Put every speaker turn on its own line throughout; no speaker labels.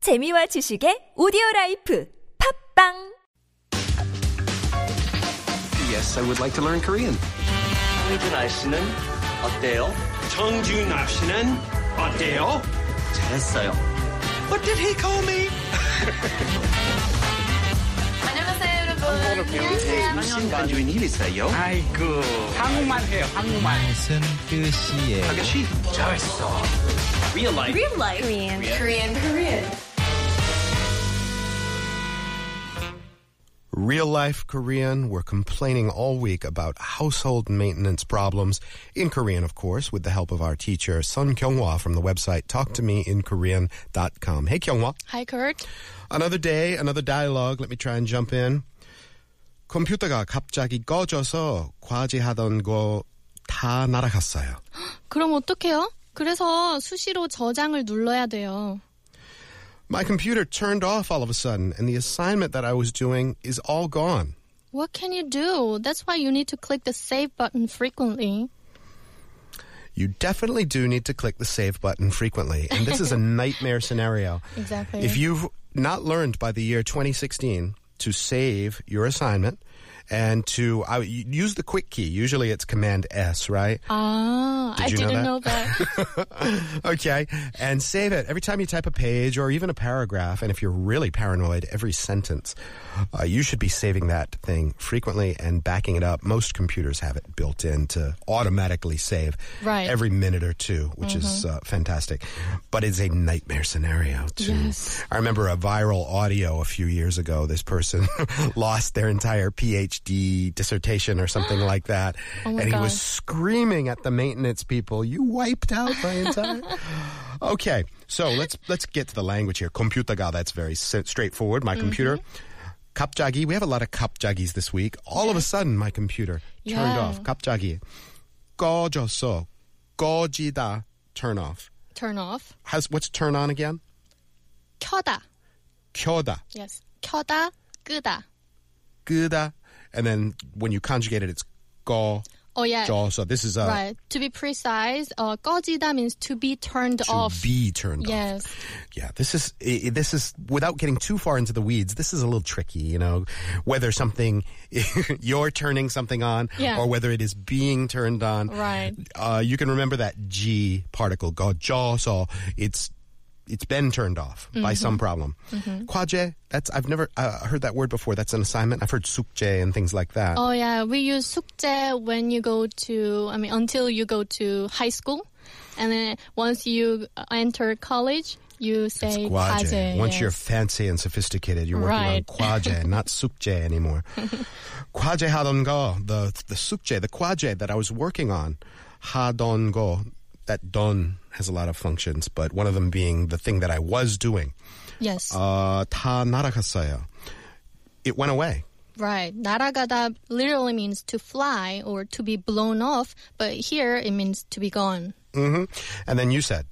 재미와 지식의 오디오 라이프 팝빵!
Yes, I would like to learn Korean.
황준아 씨는 어때요?
정준하 씨는 어때요?
잘했어요.
What did he call me?
안녕하세요 여러분.
배운 지 무슨 주인 일 있어요?
아이고 한국말 해요 한국말
무슨 뜻이에요?
아가씨 잘했어. Real life.
Real Life Korean. We're complaining all week about household maintenance problems in Korean, of course, with the help of our teacher Sun Kyunghwa from the website talktomeinkorean.com. Hey Kyunghwa,
Hi, Kurt.
another day, another dialogue. Let me try and jump in. 컴퓨터가 갑자기 꺼져서 과제하던 거 다 날아갔어요.
그럼 어떡해요? 그래서 수시로 저장을 눌러야 돼요.
My computer turned off all of a sudden, and the assignment that I was doing is all gone.
What can you do? That's why you need to click the save button frequently.
You definitely do need to click the save button frequently. And this is a nightmare scenario.
Exactly.
If you've not learned by the year 2016 to save your assignment and to I, you use the quick key, usually it's Command S, right?
아,
Did
I
you know
didn't
that?
know that.
okay. And save it. Every time you type a page or even a paragraph, and if you're really paranoid, every sentence, uh, you should be saving that thing frequently and backing it up. Most computers have it built in to automatically save
Right.
every minute or two, which is
Mm-hmm.
uh, fantastic. But it's a nightmare scenario, too.
Yes.
I remember a viral audio a few years ago. This person lost their entire PhD dissertation or something like that.
Oh my
and he was
gosh.
screaming at the maintenance people, "You wiped out my entire." okay, so let's let's get to the language here. Computaga, that's very s- straightforward. My computer.
Mm-hmm.
Kapjagi, we have a lot of kapjagis this week. All of a sudden, my computer turned
Yeah.
off. Kapjagi. 꺼졌어. 꺼지다. Turn off.
Turn off.
How's, what's turn on again?
켜다.
켜다.
Yes. 켜다, 끄다.
끄다. And then when you conjugate it, it's 꺼.
Oh yeah.
져서. This is uh, a
Right. To be precise, uh, 꺼지다 means to be turned
to
off.
be turned off.
yes.
Yeah, this is i- i- this is without getting too far into the weeds. This is a little tricky, you know, whether something you're turning something on
Yeah.
or whether it is being turned on.
Right.
Uh, you can remember that G particle, go jaw, so it's it's been turned off
Mm-hmm.
by some problem. Kwaje, that's I've never uh, heard that word before. That's an assignment. I've heard sukje and things like that.
Oh yeah, we use 숙제 when you go to I mean until you go to high school, and then once you enter college, you
It's
say
kwaje.
과제,
Once you're
yes.
fancy and sophisticated, you're working
Right.
on kwaje, not sukje anymore. kwaje hadongo, the the sukje, the kwaje that I was working on, hadongo. That don has a lot of functions, but one of them being the thing that I was doing.
yes
Uh, 다 날아갔어요. It went away.
right 날아가다 literally means to fly or to be blown off, but here it means to be gone.
hmm And then you said,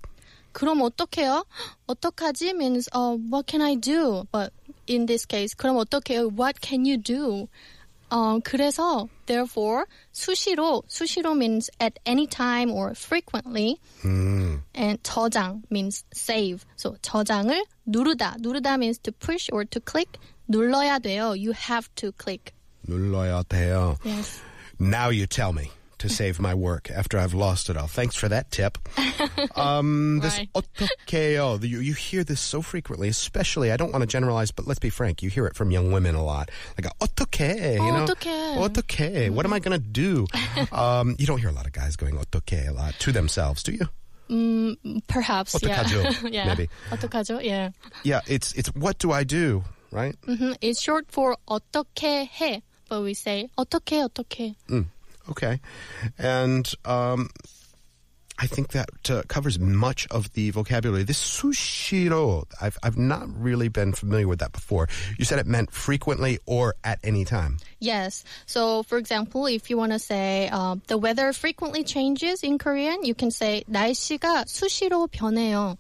그럼 어떡해요? 어떡하지 means uh, what can I do? But in this case, 그럼 어떡해요? What can you do? 어, 그래서 therefore 수시로 수시로 means at any time or frequently. And 저장 means save. So 저장을 누르다. 누르다 means to push or to click. 눌러야 돼요. You have to click.
눌러야 돼요.
Yes.
Now you tell me to save my work after I've lost it all. Thanks for that tip. Um, this
Right.
otakeo, the- you, you hear this so frequently, especially, I don't want to generalize, but let's be frank, you hear it from young women a lot. Like, otoke, you
Oh,
know?
어떡해.
Otoke, what am I going to do? um, you don't hear a lot of guys going otoke a lot to themselves, do you?
Perhaps.
어떡하죠?
Yeah. yeah.
Maybe.
어떡하죠? Yeah.
Yeah, it's, it's what do I do, right?
Mhm. It's short for 어떻게 해, but we say 어떻게 어떻게.
Okay. And um, I think that uh, covers much of the vocabulary. This sushiro, I've, I've not really been familiar with that before. You said it meant frequently or at any time.
Yes. So, for example, if you want to say uh, the weather frequently changes in Korean, you can say 날씨가 수시로 변해요.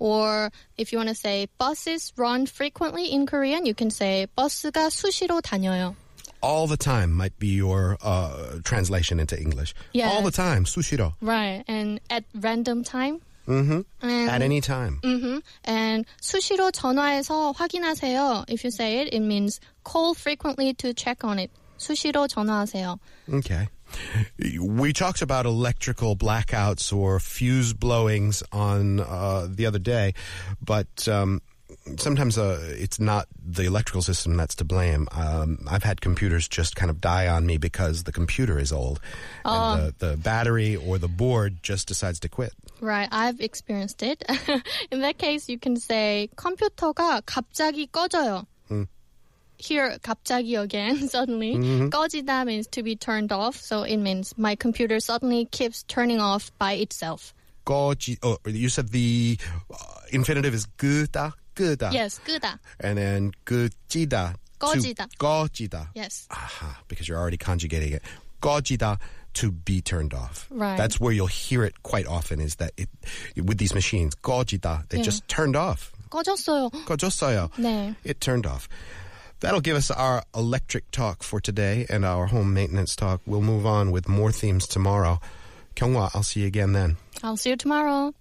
Or if you want to say buses run frequently in Korean, you can say 버스가 수시로 다녀요.
All the time might be your uh, translation into English.
Yeah.
All the time, sushiro.
Right. And at random time, And,
at any time.
mhm. and 수시로 전화해서 확인하세요. If you say it, it means call frequently to check on it. 수시로 전화하세요.
Okay. We talked about electrical blackouts or fuse blowings on uh, the other day, but um, sometimes uh, it's not the electrical system that's to blame. Um, I've had computers just kind of die on me because the computer is old, and the, the battery or the board just decides to quit.
Right, I've experienced it. In that case, you can say 컴퓨터가 갑자기 꺼져요. Here, 갑자기 again, suddenly. 꺼지다 means to be turned off, so it means my computer suddenly keeps turning off by itself.
Goji. Oh, you said the uh, infinitive is guda guda.
Yes, 끄다.
And then gujida.
Gojida.
Gojida.
Yes.
Aha, because you're already conjugating it. Gojida to be turned off.
Right.
That's where you'll hear it quite often is that it with these machines, gojida, they just turned off.
꺼졌어요.
Gojosoyo.
네.
It turned off. That'll give us our electric talk for today and our home maintenance talk. We'll move on with more themes tomorrow. Kyungwa, I'll see you again then.
I'll see you tomorrow.